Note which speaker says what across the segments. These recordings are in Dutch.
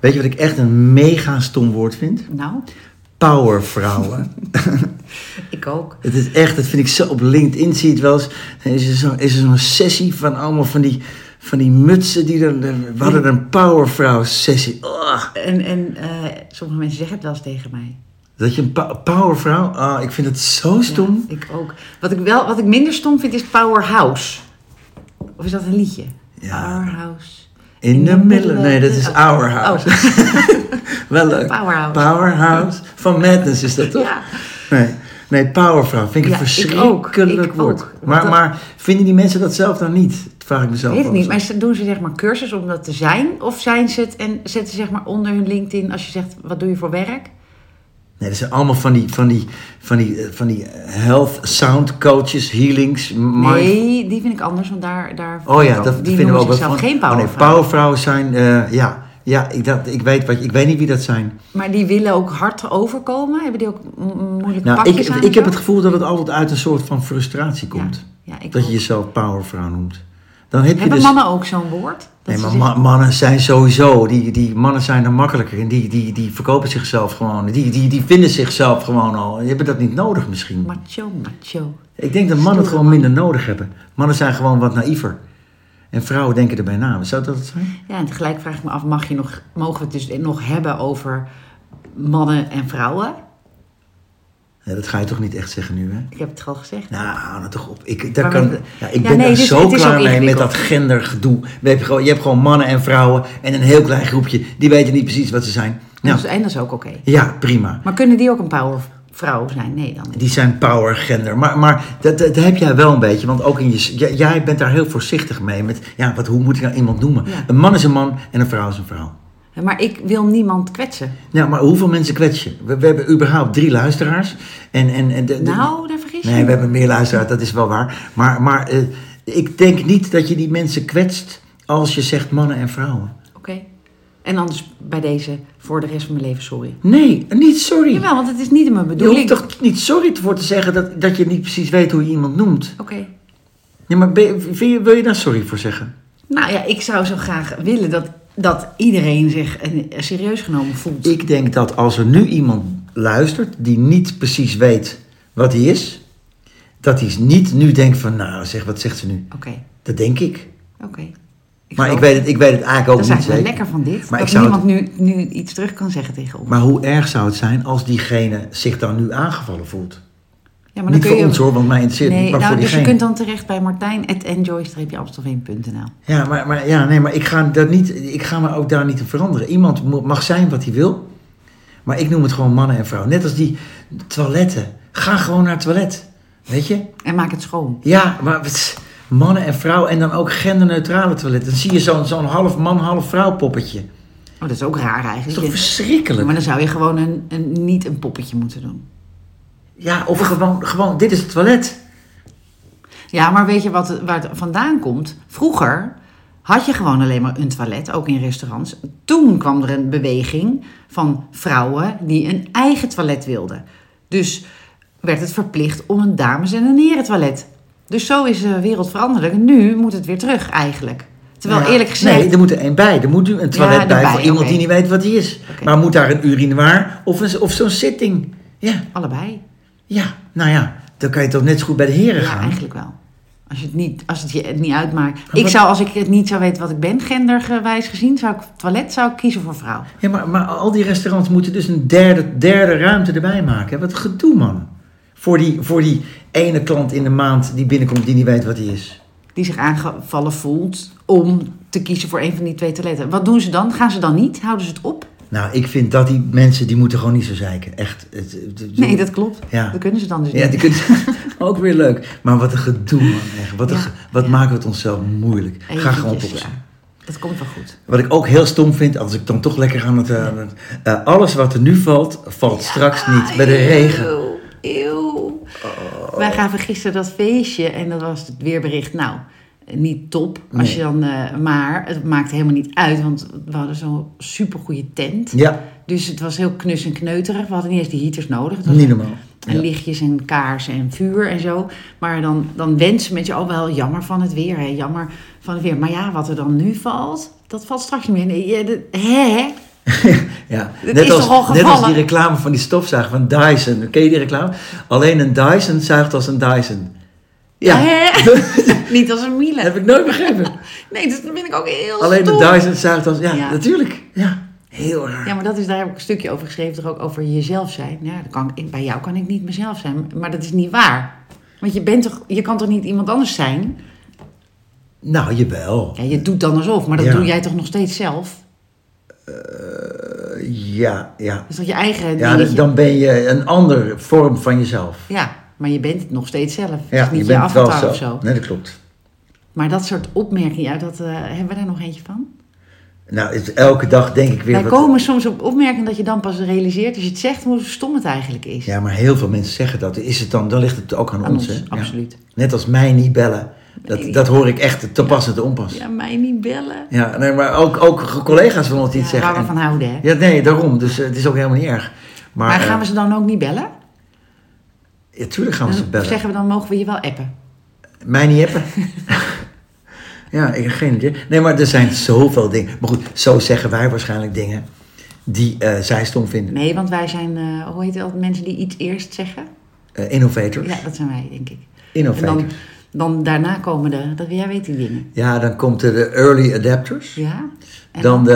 Speaker 1: Weet je wat ik echt een mega stom woord vind?
Speaker 2: Nou,
Speaker 1: Powervrouwen.
Speaker 2: ik ook.
Speaker 1: het is echt, dat vind ik zo op LinkedIn zie je het wel eens. Dan Is er zo'n is er zo'n sessie van allemaal van die, van die mutsen die dan. We hadden een powervrouw sessie. Ah,
Speaker 2: En, en eh, sommige mensen zeggen het wel eens tegen mij.
Speaker 1: dat je een pa- powervrouw. Ah, ik vind het zo stom.
Speaker 2: Ja, ik ook. Wat ik, wel, wat ik minder stom vind is Powerhouse. Of is dat een liedje?
Speaker 1: Ja.
Speaker 2: Powerhouse.
Speaker 1: In de middle. Nee, dat is
Speaker 2: Oh.
Speaker 1: our house.
Speaker 2: Oh,
Speaker 1: Wel leuk.
Speaker 2: Powerhouse.
Speaker 1: Powerhouse van Madness is dat toch?
Speaker 2: Ja.
Speaker 1: Nee, nee powervrouw vind ik
Speaker 2: Ja,
Speaker 1: een
Speaker 2: ik ook.
Speaker 1: verschrikkelijk
Speaker 2: Ik ook.
Speaker 1: woord.
Speaker 2: Want
Speaker 1: Maar,
Speaker 2: dat-
Speaker 1: maar vinden die mensen dat zelf dan niet? Dat vraag ik mezelf
Speaker 2: weet ik
Speaker 1: wel eens
Speaker 2: niet. Maar ze- doen ze zeg maar cursus om dat te zijn? Of zijn ze het en zetten ze zeg maar onder hun LinkedIn als je zegt wat doe je voor werk?
Speaker 1: Nee, dat zijn allemaal van die, van die, van die, eh, van die health, sound coaches, healings, mind...
Speaker 2: Nee, die vind ik anders, want daar... daar
Speaker 1: Oh ja, dat
Speaker 2: die
Speaker 1: vinden we ook wel
Speaker 2: zichzelf
Speaker 1: van-
Speaker 2: geen
Speaker 1: oh nee,
Speaker 2: powervrouw.
Speaker 1: powervrouwen zijn, eh, ja, ja ik, dat, ik, weet wat, je- ik weet niet wie dat zijn.
Speaker 2: Maar die willen ook hard overkomen? Hebben die ook mo- moeilijke
Speaker 1: Nou, ik,
Speaker 2: pakjes aan en
Speaker 1: ik
Speaker 2: zo?
Speaker 1: heb het gevoel dat het altijd uit een soort van frustratie komt.
Speaker 2: Ja, ik
Speaker 1: dat
Speaker 2: ook.
Speaker 1: je jezelf powervrouw noemt. Dan heb je
Speaker 2: Hebben
Speaker 1: dus...
Speaker 2: mannen ook zo'n woord? Dat
Speaker 1: Nee,
Speaker 2: ze
Speaker 1: maar
Speaker 2: zeggen-
Speaker 1: ma- mannen zijn sowieso, die, die mannen zijn er makkelijker in. Die, die, die verkopen zichzelf gewoon. Die, die, die vinden zichzelf gewoon al. Die hebben dat niet nodig misschien.
Speaker 2: Macho, macho.
Speaker 1: Ik denk dat mannen het gewoon minder nodig hebben. Mannen zijn gewoon wat naïver. En vrouwen denken erbij na. Zou dat het zijn?
Speaker 2: Ja, en tegelijk vraag ik me af, mag je nog, mogen we het dus nog hebben over mannen en vrouwen?
Speaker 1: Nee, dat ga je toch niet echt zeggen nu, hè?
Speaker 2: Ik heb het al gezegd.
Speaker 1: Nou, hou nou toch op. Ik, daar
Speaker 2: Maar
Speaker 1: kan,
Speaker 2: wat-
Speaker 1: ja, ik
Speaker 2: Ja,
Speaker 1: ben
Speaker 2: nee,
Speaker 1: daar
Speaker 2: dus
Speaker 1: zo
Speaker 2: het is
Speaker 1: klaar
Speaker 2: ook
Speaker 1: mee met
Speaker 2: ingewikkeld.
Speaker 1: dat gendergedoe. Je hebt, gewoon, je hebt gewoon mannen en vrouwen en een heel klein groepje. Die weten niet precies wat ze zijn. Nou,
Speaker 2: Dus- en dat is ook oké.
Speaker 1: ja, prima.
Speaker 2: Maar kunnen die ook een powervrouw zijn? Nee dan.
Speaker 1: Die zijn power gender. Maar, maar dat, dat heb jij wel een beetje. Want ook in je. j- Jij bent daar heel voorzichtig mee. Met, ja, wat, hoe moet ik nou iemand noemen?
Speaker 2: Ja.
Speaker 1: Een man is een man en een vrouw is een vrouw.
Speaker 2: Maar ik wil niemand kwetsen.
Speaker 1: Ja, maar hoeveel mensen kwets je? We, we hebben überhaupt drie luisteraars. En, en, en de- de-
Speaker 2: Nou, daar vergis je
Speaker 1: Nee,
Speaker 2: je.
Speaker 1: we hebben meer luisteraars, dat is wel waar. Maar, maar eh, ik denk niet dat je die mensen kwetst als je zegt mannen en vrouwen.
Speaker 2: Oké. En anders bij deze voor de rest van mijn leven sorry.
Speaker 1: Nee, niet sorry.
Speaker 2: Jawel, want het is niet mijn
Speaker 1: je hoeft
Speaker 2: bedoeling.
Speaker 1: toch niet sorry voor te zeggen dat, dat je niet precies weet hoe je iemand noemt.
Speaker 2: Oké.
Speaker 1: Ja, maar ben je- vind je, wil je daar sorry voor zeggen?
Speaker 2: Nou ja, ik zou zo graag willen dat, dat iedereen zich eh, serieus genomen voelt.
Speaker 1: Ik denk dat als er nu iemand luistert die niet precies weet wat hij is, dat hij niet nu denkt van, nou zeg, wat zegt ze nu?
Speaker 2: Oké,
Speaker 1: Dat denk ik.
Speaker 2: oké.
Speaker 1: Maar ik
Speaker 2: geloof-
Speaker 1: weet het, ik weet het eigenlijk ook
Speaker 2: Dat is
Speaker 1: niet
Speaker 2: eigenlijk
Speaker 1: zeker.
Speaker 2: wel lekker van dit.
Speaker 1: Maar,
Speaker 2: dat
Speaker 1: ik zou het-
Speaker 2: niemand nu, nu iets terug kan zeggen tegen ons.
Speaker 1: maar hoe erg zou het zijn als diegene zich dan nu aangevallen voelt?
Speaker 2: ja, maar
Speaker 1: niet voor ons hoor, want mij interesseert het
Speaker 2: Nee,
Speaker 1: niet, maar
Speaker 2: nou,
Speaker 1: voor
Speaker 2: dus je
Speaker 1: diegene.
Speaker 2: kunt dan terecht bij martijn.enjoy-amstelveen.nl.
Speaker 1: Ja, maar, maar, ja, nee, maar ik, ga dat niet, ik ga me ook daar niet in veranderen. Iemand mo- mag zijn wat hij wil, maar ik noem het gewoon mannen en vrouwen. Net als die toiletten. Ga gewoon naar het toilet, weet je?
Speaker 2: En maak het schoon.
Speaker 1: Ja, maar wat- mannen en vrouwen en dan ook genderneutrale toiletten. Dan zie je zo'n zo'n half man, half vrouw poppetje. Dat
Speaker 2: Oh, dat is ook raar
Speaker 1: is
Speaker 2: eigenlijk.
Speaker 1: toch
Speaker 2: Je-
Speaker 1: verschrikkelijk?
Speaker 2: maar dan zou je gewoon een, een, niet een poppetje moeten doen.
Speaker 1: Ja, of gewoon, gewoon dit is het toilet.
Speaker 2: Ja, maar weet je wat, het- waar het vandaan komt? Vroeger had je gewoon alleen maar een toilet, ook in restaurants. Toen kwam er een beweging van vrouwen die een eigen toilet wilden. Dus werd het verplicht om een dames- en een herentoilet. Dus zo is de wereld veranderd. Nu moet het weer terug eigenlijk. Terwijl
Speaker 1: Nou ja,
Speaker 2: eerlijk gezegd...
Speaker 1: Nee, er moet er één bij. Er moet nu een toilet
Speaker 2: Ja,
Speaker 1: bij
Speaker 2: erbij,
Speaker 1: voor iemand
Speaker 2: oké.
Speaker 1: die niet weet wat hij is.
Speaker 2: Oké.
Speaker 1: Maar moet daar een urinoir of, een, of zo'n zitting? Ja,
Speaker 2: Allebei.
Speaker 1: ja, nou ja. Dan kan je toch net zo goed bij de heren
Speaker 2: Ja,
Speaker 1: gaan.
Speaker 2: eigenlijk wel. Als, je het niet, als het je het niet uitmaakt. Ik
Speaker 1: wat-
Speaker 2: zou, als ik het niet zou weten wat ik ben, gendergewijs gezien, zou ik toilet zou ik kiezen voor vrouw.
Speaker 1: Ja, maar, maar al die restaurants moeten dus een derde, derde ruimte erbij maken. Wat gedoe, man. Voor die, voor die ene klant in de maand die binnenkomt die niet weet wat hij is.
Speaker 2: die zich aangevallen voelt om te kiezen voor een van die twee toiletten. Wat doen ze dan? Gaan ze dan niet? Houden ze het op?
Speaker 1: Nou, ik vind dat die mensen, die moeten gewoon niet zo zeiken. Echt. Het, het-
Speaker 2: Nee, dat klopt.
Speaker 1: Ja.
Speaker 2: Dat kunnen ze dan dus
Speaker 1: Ja, die
Speaker 2: niet.
Speaker 1: kunt, ook weer leuk. Maar wat een gedoe, man. Echt. Wat, een
Speaker 2: Ja,
Speaker 1: ge- wat
Speaker 2: ja.
Speaker 1: maken we het onszelf moeilijk. Ga
Speaker 2: Eventjes,
Speaker 1: gewoon oplossen.
Speaker 2: dus, ja. Dat komt wel goed.
Speaker 1: Wat ik ook heel stom vind, als ik dan toch lekker aan het... eh, aan het- eh, alles wat er nu valt, valt straks niet bij de regen. Oh.
Speaker 2: Eeuw, eeuw. Wij gaven gisteren dat feestje en dat was het weerbericht. Nou, niet top. Als
Speaker 1: Nee.
Speaker 2: je dan, eh, maar het maakt helemaal niet uit, want we hadden zo'n supergoeie tent.
Speaker 1: Ja,
Speaker 2: Dus het was heel knus en kneuterig. We hadden niet eens die heaters nodig. Het was
Speaker 1: niet normaal.
Speaker 2: En
Speaker 1: Ja.
Speaker 2: lichtjes en kaarsen en vuur en zo. Maar dan, dan wensen mensen al wel jammer van het weer. Hè? Jammer van het weer. Maar ja, wat er dan nu valt, dat valt straks niet meer. Nee, je- de- hè, hè?
Speaker 1: ja,
Speaker 2: Het
Speaker 1: net,
Speaker 2: is
Speaker 1: als,
Speaker 2: toch al
Speaker 1: net als die
Speaker 2: gevallen?
Speaker 1: reclame van die stofzuiger van Dyson. Ken je die reclame? Alleen een Dyson zuigt als een Dyson. Ja,
Speaker 2: Hè? Niet als een
Speaker 1: dat
Speaker 2: Miele.
Speaker 1: heb ik nooit begrepen.
Speaker 2: Nee, dat vind ik ook heel
Speaker 1: Alleen een
Speaker 2: stom.
Speaker 1: Dyson zuigt als... Ja,
Speaker 2: Ja.
Speaker 1: natuurlijk. Ja, heel raar.
Speaker 2: Ja, maar dat is, daar heb ik een stukje over geschreven, toch ook over jezelf zijn. Ja, dat kan, ik- bij jou kan ik niet mezelf zijn, maar dat is niet waar. Want je, bent toch, je kan toch niet iemand anders zijn?
Speaker 1: Nou, jawel.
Speaker 2: Ja, je doet dan alsof, maar dat
Speaker 1: Ja.
Speaker 2: doe jij toch nog steeds zelf?
Speaker 1: Ja, ja.
Speaker 2: Dat is toch je eigen
Speaker 1: Ja,
Speaker 2: dingetje?
Speaker 1: d- dan ben je een andere vorm van jezelf.
Speaker 2: Ja, maar je bent het nog steeds zelf. Het
Speaker 1: Ja,
Speaker 2: is niet
Speaker 1: je
Speaker 2: je,
Speaker 1: bent
Speaker 2: avatar
Speaker 1: wel
Speaker 2: of
Speaker 1: zo.
Speaker 2: zo.
Speaker 1: Nee, dat klopt.
Speaker 2: Maar dat soort opmerkingen, ja, dat, eh, hebben we daar nog eentje van?
Speaker 1: Nou, het- elke dag denk ik weer
Speaker 2: Wij
Speaker 1: wat...
Speaker 2: komen soms op opmerkingen dat je dan pas realiseert, als je het zegt, hoe stom het eigenlijk is.
Speaker 1: Ja, maar heel veel mensen zeggen dat. Is het dan, dan ligt het ook aan,
Speaker 2: Aan
Speaker 1: ons,
Speaker 2: ons,
Speaker 1: hè? Ja.
Speaker 2: absoluut.
Speaker 1: Net als mij niet bellen. Dat,
Speaker 2: Nee.
Speaker 1: dat hoor ik echt te pas en te onpas.
Speaker 2: Ja, mij niet bellen.
Speaker 1: Ja, nee, maar ook, ook collega's van ons die het
Speaker 2: Ja,
Speaker 1: zeggen.
Speaker 2: waar we van houden, hè?
Speaker 1: Ja, nee, daarom. Dus eh, het is ook helemaal niet erg. Maar,
Speaker 2: Maar gaan we ze dan ook niet bellen?
Speaker 1: eh, ja, tuurlijk gaan we ze
Speaker 2: Dan
Speaker 1: bellen.
Speaker 2: Zeggen we dan, mogen we je wel appen?
Speaker 1: Mij niet appen. ja, ik heb geen idee. Nee, maar er zijn zoveel dingen. Maar goed, zo zeggen wij waarschijnlijk dingen die eh, zij stom vinden.
Speaker 2: Nee, want wij zijn, eh, hoe heet dat, mensen die iets eerst zeggen?
Speaker 1: Eh, innovators.
Speaker 2: Ja, dat zijn wij, denk ik. En
Speaker 1: innovators.
Speaker 2: dan, dan daarna komen de, dat, jij weet die dingen.
Speaker 1: Ja, dan komt er de early adapters.
Speaker 2: Ja? En
Speaker 1: Dan de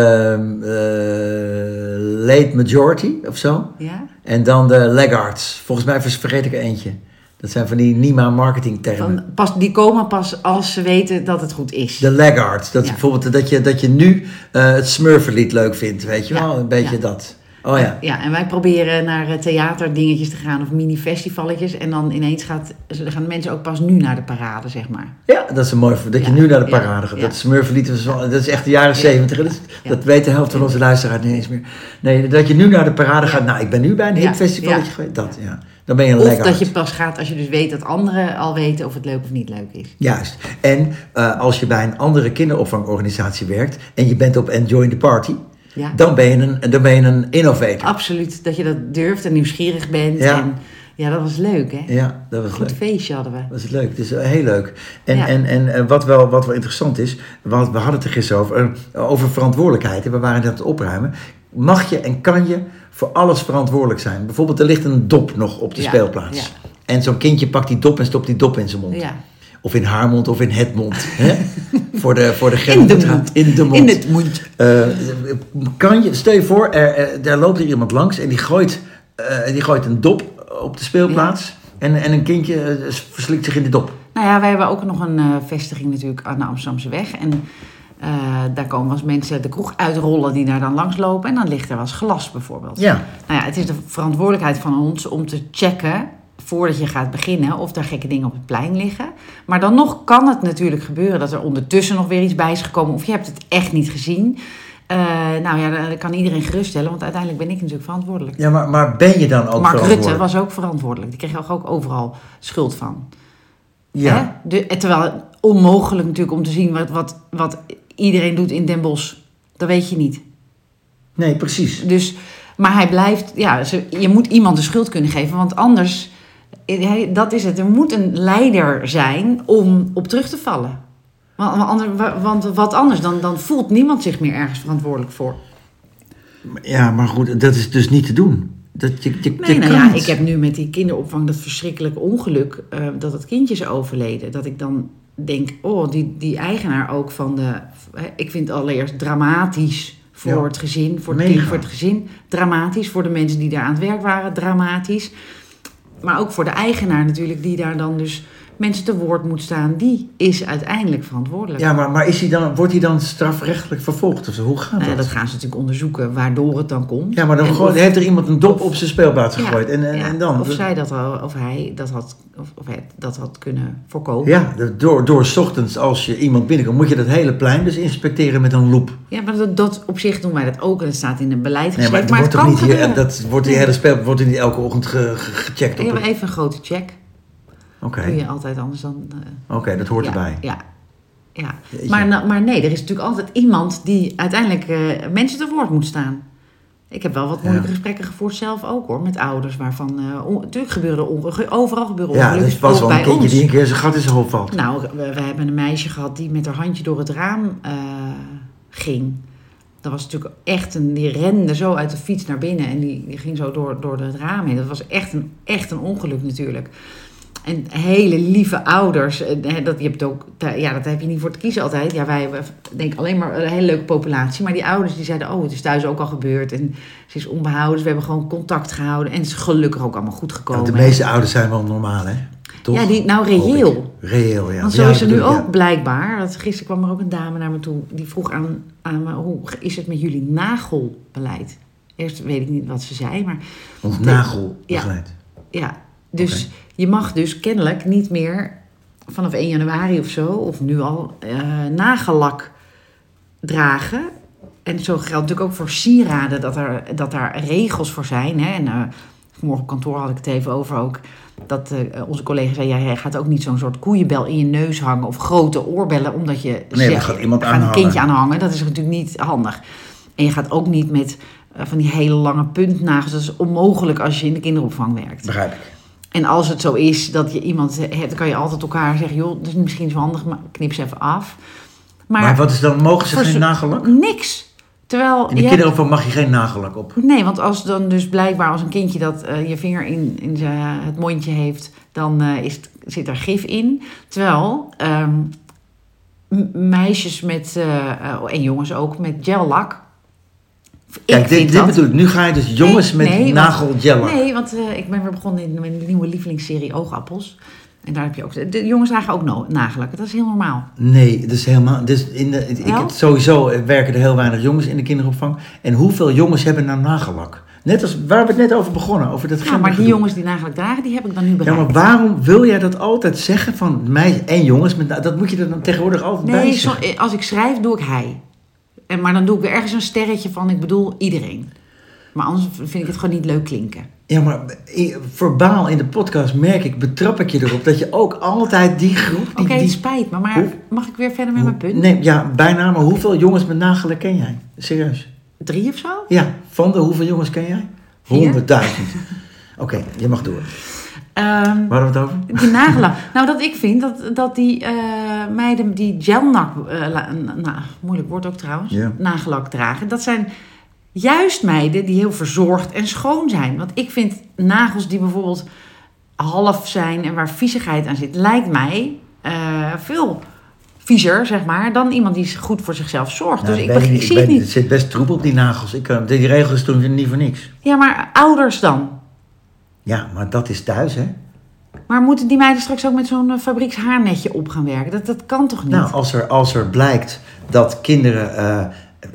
Speaker 1: eh, late majority of zo.
Speaker 2: Ja?
Speaker 1: En dan de laggards. Volgens mij vers- vergeet ik er eentje. Dat zijn van die NIMA marketing termen.
Speaker 2: Van, pas, die komen pas als ze weten dat het goed is.
Speaker 1: De laggards. Dat,
Speaker 2: Ja.
Speaker 1: bijvoorbeeld, dat, je, dat je nu eh, het Smurfenlied leuk vindt. Weet je
Speaker 2: Ja,
Speaker 1: wel? Een beetje
Speaker 2: ja.
Speaker 1: dat. Oh ja.
Speaker 2: Ja, en wij proberen naar eh, theaterdingetjes te gaan of mini-festivalletjes. En dan ineens gaat, ze- gaan de mensen ook pas nu naar de parade, zeg maar.
Speaker 1: Ja, dat is een mooi. Dat je
Speaker 2: Ja,
Speaker 1: nu naar de
Speaker 2: ja,
Speaker 1: parade gaat.
Speaker 2: ja.
Speaker 1: Dat Smurfenlied was wel- dat is echt de jaren zeventig. dat,
Speaker 2: ja.
Speaker 1: dat weet de helft van onze luisteraars niet eens meer. Nee, dat je nu naar de parade gaat. Nou, ik ben nu bij een
Speaker 2: Ja,
Speaker 1: hitfestivaletje
Speaker 2: ja.
Speaker 1: geweest. Dat, ja. Dan ben je een
Speaker 2: Of
Speaker 1: lekker.
Speaker 2: dat je pas gaat als je dus weet dat anderen al weten of het leuk of niet leuk is.
Speaker 1: Juist. En eh, als je bij een andere kinderopvangorganisatie werkt en je bent op Enjoy the Party,
Speaker 2: Ja.
Speaker 1: dan, ben je een, dan ben je een innovator.
Speaker 2: Absoluut, dat je dat durft en nieuwsgierig bent.
Speaker 1: Ja.
Speaker 2: En, ja, dat was leuk, hè?
Speaker 1: Ja, dat was
Speaker 2: Goed
Speaker 1: leuk.
Speaker 2: feestje hadden we.
Speaker 1: Dat was leuk. Het is eh, heel leuk. En,
Speaker 2: Ja.
Speaker 1: en, en eh, wat, wel, wat wel interessant is, want we hadden het er gisteren over, eh, over verantwoordelijkheid. En we waren net aan het opruimen. Mag je en kan je voor alles verantwoordelijk zijn? Bijvoorbeeld, er ligt een dop nog op de
Speaker 2: Ja,
Speaker 1: speelplaats.
Speaker 2: ja.
Speaker 1: En zo'n kindje pakt die dop en stopt die dop in zijn mond.
Speaker 2: Ja.
Speaker 1: Of in haar mond of in het mond. Hè? voor de, voor de
Speaker 2: In de
Speaker 1: grenzen-
Speaker 2: mond.
Speaker 1: In de mond.
Speaker 2: In het mond.
Speaker 1: Eh, kan je, stel je voor, er, er, daar loopt er iemand langs en die gooit, eh, die gooit een dop op de speelplaats. En, en een kindje eh, verslikt zich in de dop.
Speaker 2: Nou ja, wij hebben ook nog een eh, vestiging natuurlijk aan de Amsterdamse weg. En eh, daar komen wel eens mensen de kroeg uitrollen die daar dan langs lopen. En dan ligt er wel eens glas bijvoorbeeld.
Speaker 1: Ja.
Speaker 2: Nou ja, het is de verantwoordelijkheid van ons om te checken voordat je gaat beginnen of daar gekke dingen op het plein liggen. Maar dan nog kan het natuurlijk gebeuren dat er ondertussen nog weer iets bij is gekomen of je hebt het echt niet gezien. Eh, nou ja, dan kan iedereen geruststellen, want uiteindelijk ben ik natuurlijk verantwoordelijk.
Speaker 1: Ja, maar, maar ben je dan ook
Speaker 2: Mark Rutte
Speaker 1: verantwoordelijk?
Speaker 2: was ook verantwoordelijk. Die kreeg ook overal schuld van.
Speaker 1: Ja,
Speaker 2: Hè? De, eh, terwijl onmogelijk natuurlijk om te zien wat, wat, wat iedereen doet in Den Bosch. Dat weet je niet.
Speaker 1: nee, precies.
Speaker 2: Dus, maar hij blijft, ja, ze- je moet iemand de schuld kunnen geven, want anders, eh, hij- dat is het. Er moet een leider zijn om op terug te vallen. Want, want ander- wa- want wat anders, dan, dan voelt niemand zich meer ergens verantwoordelijk voor.
Speaker 1: Ja, maar goed, dat is dus niet te doen. Dat, je, je,
Speaker 2: Nee,
Speaker 1: je
Speaker 2: nou
Speaker 1: kan
Speaker 2: ja,
Speaker 1: het.
Speaker 2: ik heb nu met die kinderopvang dat verschrikkelijke ongeluk eh, dat het kindje is overleden. Dat ik dan denk, oh, die, die eigenaar ook van de. hè, Ik vind het allereerst dramatisch voor
Speaker 1: Ja.
Speaker 2: het gezin, voor het
Speaker 1: Mega.
Speaker 2: kind, voor het gezin. Dramatisch voor de mensen die daar aan het werk waren, dramatisch. Maar ook voor de eigenaar natuurlijk, die daar dan dus mensen te woord moet staan. Die is uiteindelijk verantwoordelijk.
Speaker 1: Ja, maar, maar is hij dan, wordt hij dan strafrechtelijk vervolgd? Of zo? Hoe gaat
Speaker 2: Nou ja,
Speaker 1: dat?
Speaker 2: dat gaan ze natuurlijk onderzoeken, waardoor het dan komt.
Speaker 1: Ja, maar dan
Speaker 2: En
Speaker 1: gewoon,
Speaker 2: of-
Speaker 1: heeft er iemand een dop op zijn speelplaats
Speaker 2: Ja,
Speaker 1: gegooid. en, en,
Speaker 2: ja,
Speaker 1: en dan?
Speaker 2: Of zij dat al, of hij dat had, of, of hij dat had kunnen voorkomen. Ja.
Speaker 1: Ja, door, door 's ochtends als je iemand binnenkomt, moet je dat hele plein dus inspecteren met een loep.
Speaker 2: maar dat, dat op zich doen wij dat ook en dat staat in het beleid
Speaker 1: Nee,
Speaker 2: geschreven.
Speaker 1: maar, dat
Speaker 2: maar,
Speaker 1: wordt
Speaker 2: het
Speaker 1: toch
Speaker 2: kan
Speaker 1: niet hier,
Speaker 2: gebeuren.
Speaker 1: dat wordt die hele spel wordt niet elke ochtend ge- ge- gecheckt op.
Speaker 2: Ja, maar
Speaker 1: het-
Speaker 2: even een grote check.
Speaker 1: Oké,
Speaker 2: Doe je altijd anders dan. eh,
Speaker 1: oké, dat hoort
Speaker 2: ja,
Speaker 1: erbij.
Speaker 2: Ja. ja.
Speaker 1: Jeetje.
Speaker 2: Maar, nou- maar nee, er is natuurlijk altijd iemand die uiteindelijk eh, mensen te woord moet staan. Ik heb wel wat moeilijke
Speaker 1: Ja.
Speaker 2: gesprekken gevoerd zelf ook hoor, met ouders waarvan... eh on- natuurlijk gebeuren er ongelukken, overal gebeuren
Speaker 1: Ja,
Speaker 2: ongelukken.
Speaker 1: dat was
Speaker 2: ook
Speaker 1: wel een
Speaker 2: bij
Speaker 1: kindje
Speaker 2: ons.
Speaker 1: die een keer zijn gat in zijn hoofd valt.
Speaker 2: Nou, we, we hebben een meisje gehad die met haar handje door het raam eh, ging. Dat was natuurlijk echt een. Die rende zo uit de fiets naar binnen en die, die ging zo door, door het raam heen. Dat was echt een, echt een ongeluk natuurlijk. En hele lieve ouders. En, hè, Dat, je hebt ook, ja, dat heb je niet voor te kiezen altijd. Ja, wij hebben denk ik, alleen maar een hele leuke populatie. Maar die ouders die zeiden, oh, het is thuis ook al gebeurd. En ze is onbehouden. Dus we hebben gewoon contact gehouden. En het is gelukkig ook allemaal goed gekomen.
Speaker 1: Want de meeste ouders zijn wel normaal, hè? Toch?
Speaker 2: Ja, die- nou,
Speaker 1: Hoop ik.
Speaker 2: reëel.
Speaker 1: Reëel, ja.
Speaker 2: Want
Speaker 1: Ja,
Speaker 2: zo is
Speaker 1: dat
Speaker 2: het nu
Speaker 1: bedoel
Speaker 2: ook
Speaker 1: ik, ja.
Speaker 2: blijkbaar. Want gisteren kwam er ook een dame naar me toe. Die vroeg aan, aan me, hoe is het met jullie nagelbeleid? Eerst weet ik niet wat ze zei, maar
Speaker 1: Ons nagelbegeleid.
Speaker 2: ja. Dus je mag dus kennelijk niet meer vanaf 1 januari of zo, of nu al, eh, nagellak dragen. En zo geldt natuurlijk ook voor sieraden dat, er, dat daar regels voor zijn. Hè? En eh, vanmorgen op kantoor had ik het even over ook. Dat eh, onze collega zei, ja, jij gaat ook niet zo'n soort koeienbel in je neus hangen of grote oorbellen, omdat je
Speaker 1: Nee, daar gaat iemand
Speaker 2: daar een
Speaker 1: aanhangen.
Speaker 2: kindje aan hangen. Dat is natuurlijk niet handig. En je gaat ook niet met eh, van die hele lange puntnagels. Dat is onmogelijk als je in de kinderopvang werkt.
Speaker 1: Begrijp ik.
Speaker 2: En als het zo is dat je iemand eh, hebt, dan kan je altijd elkaar zeggen: joh, dat is misschien zo handig, maar knip ze even af. Maar,
Speaker 1: Maar, wat is dan, mogen ze
Speaker 2: voor
Speaker 1: geen
Speaker 2: zo-
Speaker 1: nagellak?
Speaker 2: Niks. Terwijl.
Speaker 1: In de
Speaker 2: je-
Speaker 1: kinderopvang mag je geen nagellak op.
Speaker 2: Nee, want als dan dus blijkbaar als een kindje dat eh, je vinger in, in zijn- het mondje heeft, dan eh, is het- zit daar gif in. Terwijl ehm, m- meisjes met, eh, eh, en jongens ook, met gellak. Ik
Speaker 1: Kijk, dit,
Speaker 2: vind
Speaker 1: dit
Speaker 2: dat-
Speaker 1: bedoel ik. Nu ga je dus jongens
Speaker 2: Nee,
Speaker 1: met
Speaker 2: nee, want-
Speaker 1: nageljellak.
Speaker 2: Nee, want eh, ik ben weer begonnen in mijn nieuwe lievelingsserie Oogappels. En daar heb je ook... De jongens dragen ook no nagelakken. Dat is heel normaal.
Speaker 1: Nee, dus helemaal. Dus in de, ik,
Speaker 2: Wel?
Speaker 1: sowieso eh, werken er heel weinig jongens in de kinderopvang. En hoeveel jongens hebben nou nagellak? Net als waar we het net over begonnen, over dat
Speaker 2: Ja, maar die
Speaker 1: gendergedoe.
Speaker 2: jongens die nagelak dragen, die heb ik dan nu
Speaker 1: Ja,
Speaker 2: bereikt.
Speaker 1: maar waarom wil jij dat altijd zeggen van meisjes en jongens? Met, na- dat moet je er dan tegenwoordig altijd bij
Speaker 2: nee,
Speaker 1: zeggen.
Speaker 2: zo- eh, als ik schrijf, doe ik hij. En, maar dan doe ik er ergens een sterretje van. Ik bedoel iedereen. Maar anders vind ik het gewoon niet leuk klinken.
Speaker 1: Ja, maar i- verbaal in de podcast merk ik, betrap ik je erop dat je ook altijd die groep.
Speaker 2: Oké,
Speaker 1: Die,
Speaker 2: het
Speaker 1: die,
Speaker 2: spijt me, maar
Speaker 1: Hoe-
Speaker 2: mag ik weer verder met mijn punt?
Speaker 1: nee, ja, bijna, maar hoeveel jongens met nagellak ken jij? Serieus?
Speaker 2: Drie of zo?
Speaker 1: Ja, van de hoeveel jongens ken jij?
Speaker 2: Vier.
Speaker 1: 100.000. Oké, je mag door.
Speaker 2: Ehm,
Speaker 1: Waar hadden we het over?
Speaker 2: Die nagelak. nou, dat ik vind dat, dat die eh, meiden die gelnak, eh, la- na- na- moeilijk woord ook trouwens,
Speaker 1: Ja.
Speaker 2: nagelak dragen, dat zijn juist meiden die heel verzorgd en schoon zijn. Want ik vind nagels die bijvoorbeeld half zijn en waar viezigheid aan zit, lijkt mij eh, veel viezer, zeg maar, dan iemand die goed voor zichzelf zorgt.
Speaker 1: Nou,
Speaker 2: dus ik,
Speaker 1: weet
Speaker 2: beg- ik
Speaker 1: niet,
Speaker 2: zie
Speaker 1: weet
Speaker 2: het niet.
Speaker 1: Het zit best troep op die nagels. Ik, kan- die regels doen we niet voor niks.
Speaker 2: Ja, maar ouders dan?
Speaker 1: Ja, maar dat is thuis, hè?
Speaker 2: Maar moeten die meiden straks ook met zo'n eh, fabriekshaarnetje op gaan werken? Dat, dat kan toch niet?
Speaker 1: Nou, als er, als er blijkt dat kinderen, eh,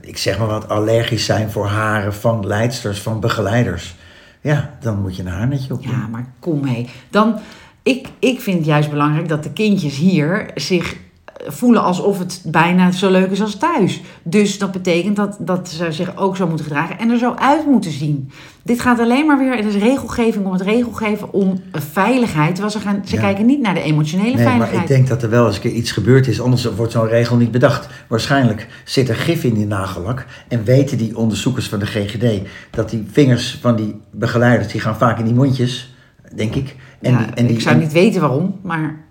Speaker 1: ik zeg maar wat, allergisch zijn voor haren van leidsters, van begeleiders. Ja, dan moet je een haarnetje op doen.
Speaker 2: Ja, maar kom hé. Dan, ik, ik vind het juist belangrijk dat de kindjes hier zich eh, voelen alsof het bijna zo leuk is als thuis. Dus dat betekent dat, dat ze zich ook zo moeten gedragen en er zo uit moeten zien. Dit gaat alleen maar weer, het is regelgeving om het regelgeven om eh, veiligheid. Terwijl ze gaan, ze
Speaker 1: Ja.
Speaker 2: kijken niet naar de emotionele
Speaker 1: Nee, maar
Speaker 2: veiligheid.
Speaker 1: ik denk dat er wel eens een keer iets gebeurd is, anders wordt zo'n regel niet bedacht. Waarschijnlijk zit er gif in die nagellak en weten die onderzoekers van de GGD dat die vingers van die begeleiders, die gaan vaak in die mondjes, denk ik. En
Speaker 2: Ja,
Speaker 1: die, en die,
Speaker 2: ik zou
Speaker 1: en-
Speaker 2: niet weten waarom, maar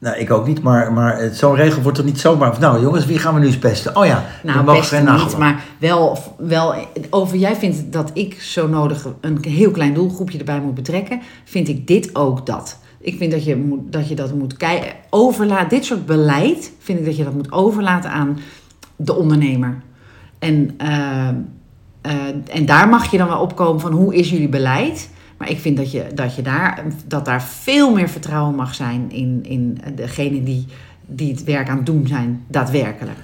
Speaker 1: Nou, ik ook niet, maar, maar het- zo'n regel wordt toch niet zomaar... van, Nou jongens, wie gaan we nu eens pesten? Oh ja,
Speaker 2: nou,
Speaker 1: we mogen
Speaker 2: best
Speaker 1: geen
Speaker 2: niet.
Speaker 1: nagellak.
Speaker 2: Maar wel, wel over, jij vindt dat ik zo nodig een heel klein doelgroepje erbij moet betrekken. Vind ik dit ook dat. Ik vind dat je, moet, dat, je dat moet kijken. Overlaat, dit soort beleid vind ik dat je dat moet overlaten aan de ondernemer. En, eh, eh, en daar mag je dan wel opkomen van hoe is jullie beleid. Maar ik vind dat, je, dat, je daar, dat daar veel meer vertrouwen mag zijn in, in degene die, die het werk aan het doen zijn, daadwerkelijk.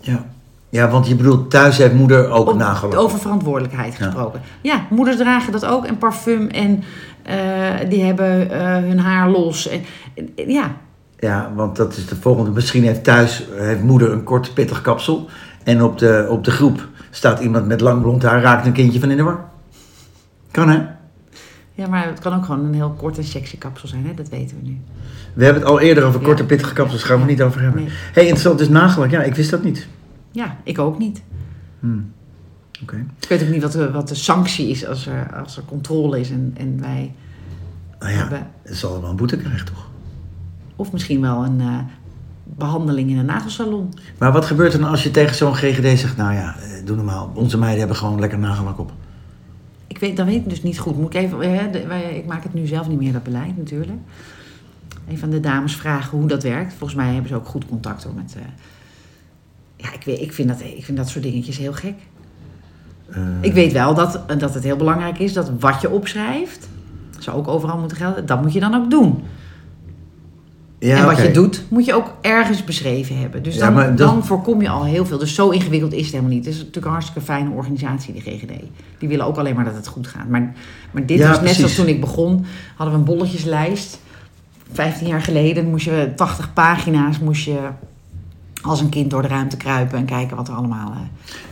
Speaker 1: Ja. ja, want je bedoelt, thuis heeft moeder ook
Speaker 2: Om-
Speaker 1: nagellak.
Speaker 2: Over verantwoordelijkheid gesproken. Ja. moeders dragen dat ook. En parfum. En eh, die hebben eh, hun haar los. En, en- en- ja,
Speaker 1: Ja, want dat is de volgende. Misschien heeft thuis heeft moeder een kort pittig kapsel. En op de, op de groep staat iemand met lang blond haar, raakt een kindje van in de war. Kan hè?
Speaker 2: ja, maar het kan ook gewoon een heel kort en sexy kapsel zijn. Hè? Dat weten we nu.
Speaker 1: We hebben het al eerder over
Speaker 2: Ja.
Speaker 1: korte pittige kapsels, gaan we
Speaker 2: Ja.
Speaker 1: niet over hebben.
Speaker 2: Nee.
Speaker 1: hey, interessant, dus nagellak. Ja, ik wist dat niet.
Speaker 2: Ja, ik ook niet.
Speaker 1: Oké.
Speaker 2: Ik weet ook niet wat de, wat de sanctie is als er, als er controle is. En, en wij
Speaker 1: Nou ja,
Speaker 2: hebben...
Speaker 1: ze zal wel een boete krijgen toch?
Speaker 2: Of misschien wel een eh, behandeling in een nagelsalon.
Speaker 1: Maar wat gebeurt er nou als je tegen zo'n GGD zegt... nou ja, eh, doe normaal. Onze meiden hebben gewoon lekker nagellak op.
Speaker 2: Ik weet, dat weet ik dus niet goed. Moet ik even, hè, de- wij- ik maak het nu zelf niet meer, dat beleid natuurlijk. Even aan de dames vragen hoe dat werkt. Volgens mij hebben ze ook goed contact hoor met. eh, ja, ik, weet, ik, vind dat, ik vind dat soort dingetjes heel gek.
Speaker 1: Eh,
Speaker 2: Ik weet wel dat, dat het heel belangrijk is dat wat je opschrijft, zou ook overal moeten gelden, dat moet je dan ook doen.
Speaker 1: ja,
Speaker 2: en wat
Speaker 1: oké.
Speaker 2: je doet, moet je ook ergens beschreven hebben. Dus
Speaker 1: Ja,
Speaker 2: dan,
Speaker 1: maar dat-
Speaker 2: dan voorkom je al heel veel. Dus zo ingewikkeld is het helemaal niet. Het is natuurlijk een hartstikke fijne organisatie, die GGD. Die willen ook alleen maar dat het goed gaat. Maar, maar dit
Speaker 1: Ja,
Speaker 2: was net
Speaker 1: precies.
Speaker 2: zoals toen ik begon. Hadden we een bolletjeslijst. 15 jaar geleden moest je 80 pagina's moest je als een kind door de ruimte kruipen en kijken wat er allemaal... eh,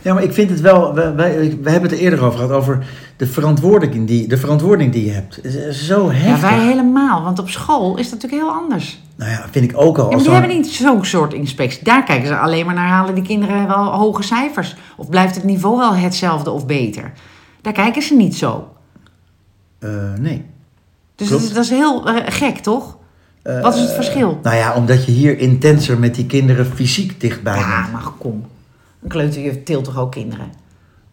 Speaker 1: Ja, maar ik vind het wel... Wij, wij, wij hebben het er eerder over gehad. Over de verantwoording die, de verantwoording die je hebt. Het is Zo
Speaker 2: Ja,
Speaker 1: heftig.
Speaker 2: wij helemaal. Want op school is dat natuurlijk heel anders.
Speaker 1: Nou ja, vind ik ook al. als
Speaker 2: Ja, maar die
Speaker 1: zo'n-
Speaker 2: hebben niet zo'n soort inspectie. Daar kijken ze alleen maar naar. Halen die kinderen wel hoge cijfers? Of blijft het niveau wel hetzelfde of beter? Daar kijken ze niet zo.
Speaker 1: Eh, nee.
Speaker 2: Dus dat
Speaker 1: Klopt.
Speaker 2: is, dat is heel eh, gek, toch?
Speaker 1: Eh,
Speaker 2: Wat is het verschil?
Speaker 1: Nou ja, omdat je hier intenser met die kinderen fysiek dichtbij
Speaker 2: Ja,
Speaker 1: bent.
Speaker 2: maar kom. Een kleuterjuf tilt toch ook kinderen?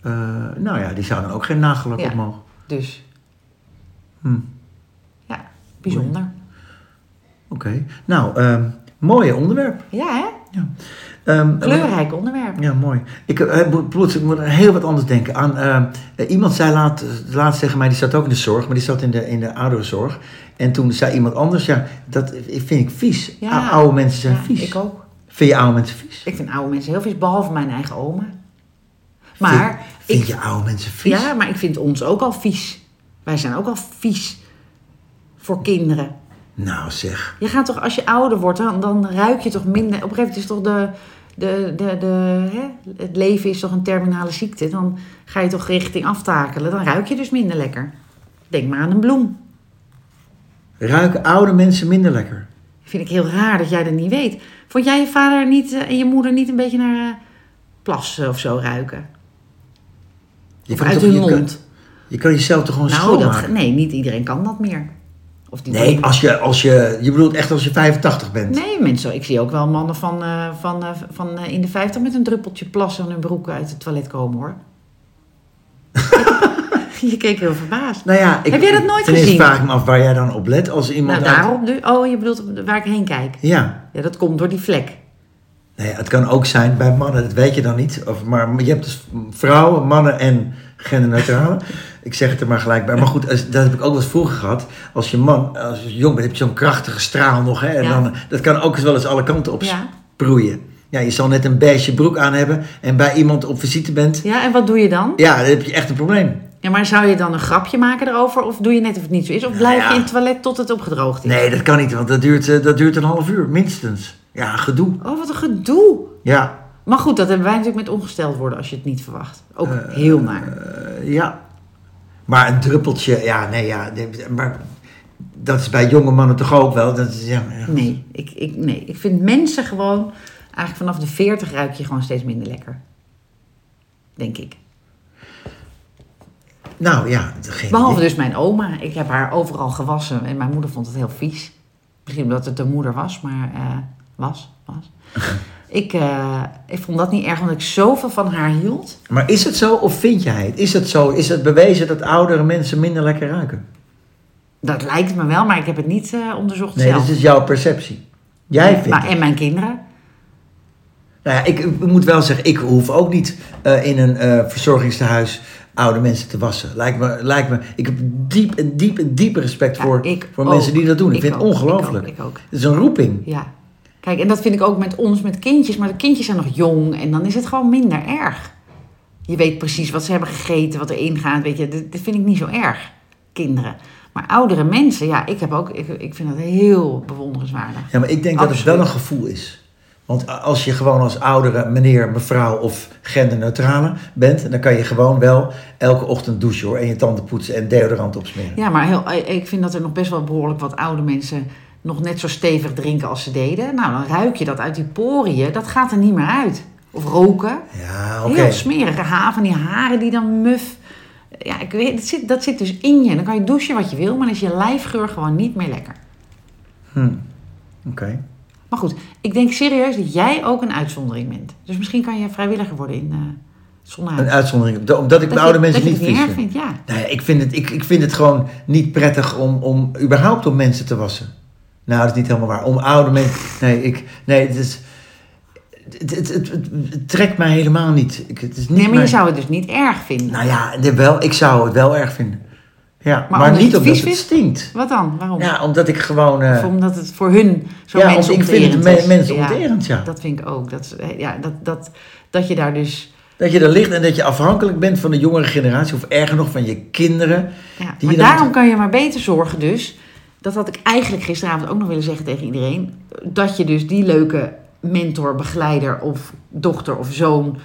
Speaker 1: Eh, nou ja, die zouden ook geen nagellak
Speaker 2: Ja.
Speaker 1: op mogen.
Speaker 2: Dus.
Speaker 1: Hm.
Speaker 2: Ja, bijzonder.
Speaker 1: Oké. Nou, ehm mooie onderwerp.
Speaker 2: Ja, hè?
Speaker 1: Ehm,
Speaker 2: Kleurrijk onderwerp.
Speaker 1: Ja, mooi. Ik, eh, moet- plots, ik moet aan heel wat anders denken. Aan, eh, eh, iemand zei laat, laatst tegen mij, die zat ook in de zorg, maar die zat in de, in de ouderenzorg. En toen zei iemand anders, ja, dat vind ik vies.
Speaker 2: Ja.
Speaker 1: Ou- Oude mensen zijn
Speaker 2: Ja,
Speaker 1: vies.
Speaker 2: Ik ook.
Speaker 1: Vind je oude mensen vies?
Speaker 2: Ik vind oude mensen heel vies, behalve mijn eigen oma. Maar
Speaker 1: Vind, vind
Speaker 2: ik
Speaker 1: je oude mensen vies?
Speaker 2: Ja, maar ik vind ons ook al vies. Wij zijn ook al vies voor kinderen.
Speaker 1: Nou zeg.
Speaker 2: Je gaat toch, als je ouder wordt, dan, dan ruik je toch minder. Op een gegeven moment is toch de, de, de, de, hè? het leven is toch een terminale ziekte. Dan ga je toch richting aftakelen. Dan ruik je dus minder lekker. Denk maar aan een bloem.
Speaker 1: Ruiken oude mensen minder lekker?
Speaker 2: Vind ik heel raar dat jij dat niet weet. Vond jij je vader niet, eh, en je moeder niet een beetje naar eh, plassen of zo ruiken?
Speaker 1: Je
Speaker 2: Of uit
Speaker 1: toch-
Speaker 2: hun
Speaker 1: je kan-
Speaker 2: mond?
Speaker 1: je kan jezelf toch gewoon
Speaker 2: Nou, dat,
Speaker 1: schoonmaken?
Speaker 2: nee, niet iedereen kan dat meer. Of die
Speaker 1: Nee, als je, als je, je bedoelt echt als je 85 bent.
Speaker 2: Nee, mensen, ik zie ook wel mannen van, eh, van, eh, van eh, in de 50 met een druppeltje plas aan hun broek uit het toilet komen hoor. je keek heel verbaasd.
Speaker 1: Nou ja, ik,
Speaker 2: Heb jij dat nooit
Speaker 1: ten eerste
Speaker 2: gezien?
Speaker 1: vraag ik me af waar jij dan op let als iemand...
Speaker 2: Nou,
Speaker 1: uit-
Speaker 2: daarop nu. Oh, je bedoelt op de- waar ik heen kijk.
Speaker 1: Ja,
Speaker 2: Ja, dat komt door die vlek.
Speaker 1: nee, het kan ook zijn bij mannen, dat weet je dan niet. Of, maar je hebt dus vrouwen, mannen en genderneutrale. ik zeg het er maar gelijk bij. Maar goed, als- dat heb ik ook wel eens vroeger gehad. Als je man, als je jong bent, heb je zo'n krachtige straal nog. Hè? En
Speaker 2: Ja.
Speaker 1: dan, dat kan ook eens wel eens alle kanten op
Speaker 2: Ja.
Speaker 1: sproeien. Ja, je zal net een beige broek aan hebben en bij iemand op visite bent.
Speaker 2: Ja, en wat doe je dan?
Speaker 1: Ja, dan heb je echt een probleem.
Speaker 2: Ja, maar zou je dan een grapje maken erover? Of doe je net of het niet zo is? Of blijf
Speaker 1: ja.
Speaker 2: je in het toilet tot het opgedroogd is?
Speaker 1: Nee, dat kan niet, want dat duurt, eh, dat duurt een half uur, minstens. Ja, gedoe.
Speaker 2: Oh, wat een gedoe.
Speaker 1: Ja,
Speaker 2: Maar goed, dat hebben wij natuurlijk met ongesteld worden als je het niet verwacht. Ook heel naar.
Speaker 1: eh, ja. Maar een druppeltje, ja, nee, ja. nee, Maar dat is bij jonge mannen toch ook wel. Dat is, ja, ja.
Speaker 2: Nee ik, ik, nee, ik vind mensen gewoon... Eigenlijk vanaf de 40 ruik je gewoon steeds minder lekker. Denk ik.
Speaker 1: Nou ja, geen
Speaker 2: Behalve
Speaker 1: idee.
Speaker 2: dus mijn oma. Ik heb haar overal gewassen en mijn moeder vond het heel vies. Misschien omdat het de moeder was, maar... eh, was, was. ik, eh, ik vond dat niet erg, omdat ik zoveel van haar hield.
Speaker 1: Maar is het zo of vind jij het? Is het zo? Is het bewezen dat oudere mensen minder lekker ruiken?
Speaker 2: Dat lijkt me wel, maar ik heb het niet eh, onderzocht
Speaker 1: Nee,
Speaker 2: zelf.
Speaker 1: dat is jouw perceptie. Jij vindt
Speaker 2: maar,
Speaker 1: het.
Speaker 2: en mijn kinderen.
Speaker 1: Nou ja, ik, ik moet wel zeggen, ik hoef ook niet eh, in een eh, verzorgingstehuis oude mensen te wassen. Lijkt me, lijkt me, ik heb diep, een diep, een diep respect
Speaker 2: Ja,
Speaker 1: voor,
Speaker 2: ik
Speaker 1: voor
Speaker 2: ook.
Speaker 1: mensen die dat doen. Ik,
Speaker 2: Ik
Speaker 1: vind het
Speaker 2: ook, ik
Speaker 1: ongelooflijk.
Speaker 2: ook, ik ook.
Speaker 1: Het is een roeping.
Speaker 2: Ja. Kijk, en dat vind ik ook met ons, met kindjes. Maar de kindjes zijn nog jong en dan is het gewoon minder erg. Je weet precies wat ze hebben gegeten, wat erin gaat. Weet je, dit, dit vind ik niet zo erg, kinderen. Maar oudere mensen, ja, ik, heb ook, ik, ik vind dat heel bewonderenswaardig.
Speaker 1: Ja, maar ik denk dat het
Speaker 2: Absoluut.
Speaker 1: wel een gevoel is. Want a- als je gewoon als oudere meneer, mevrouw of genderneutrale bent, dan kan je gewoon wel elke ochtend douchen hoor. En je tanden poetsen en deodorant opsmeren.
Speaker 2: Ja, maar heel, eh, ik vind dat er nog best wel behoorlijk wat oude mensen nog net zo stevig drinken als ze deden. Nou, dan ruik je dat uit die poriën, dat gaat er niet meer uit. Of roken.
Speaker 1: Ja, oké.
Speaker 2: Heel smerige haar van die haren die dan muf. Ja, ik weet, dat, zit, dat zit dus in je. Dan kan je douchen wat je wil, maar dan is je lijfgeur gewoon niet meer lekker.
Speaker 1: Hm. Oké.
Speaker 2: Maar goed, ik denk serieus dat jij ook een uitzondering bent. Dus misschien kan je vrijwilliger worden in eh zonnehuis.
Speaker 1: Een uitzondering, omdat ik
Speaker 2: Dat
Speaker 1: bij
Speaker 2: je-
Speaker 1: oude mensen
Speaker 2: dat je
Speaker 1: niet
Speaker 2: het niet
Speaker 1: vies
Speaker 2: erg
Speaker 1: vind.
Speaker 2: vindt, ja.
Speaker 1: Nou ja, ik vind het, ik, ik vind het gewoon niet prettig om, om überhaupt om mensen te wassen. Nou, dat is niet helemaal waar. Om oude mensen. Nee, ik, nee het, is, het, het, het, het- het trekt mij helemaal niet. Ik, het is niet
Speaker 2: Nee, maar je
Speaker 1: mijn-
Speaker 2: zou het dus niet erg vinden.
Speaker 1: Nou ja, dit wel, ik zou het wel erg vinden. Ja, maar,
Speaker 2: omdat je
Speaker 1: niet
Speaker 2: het
Speaker 1: omdat
Speaker 2: vies
Speaker 1: het stinkt.
Speaker 2: Wat dan? Waarom?
Speaker 1: Ja, omdat ik gewoon. eh,
Speaker 2: Of omdat het voor hun zo
Speaker 1: ja, want
Speaker 2: mensen
Speaker 1: ik vind het
Speaker 2: onterend
Speaker 1: me-
Speaker 2: is.
Speaker 1: mensen
Speaker 2: Ja,
Speaker 1: onterend, ja.
Speaker 2: Dat vind ik ook. Dat, is- ja, dat, dat, dat je daar dus...
Speaker 1: Dat je er ligt en dat je afhankelijk bent van de jongere generatie, of erger nog van je kinderen.
Speaker 2: Ja.
Speaker 1: Die
Speaker 2: Maar
Speaker 1: je dan-
Speaker 2: daarom kan je maar beter zorgen dus... Dat had ik eigenlijk gisteravond ook nog willen zeggen tegen iedereen. Dat je dus die leuke mentor, begeleider of dochter of zoon...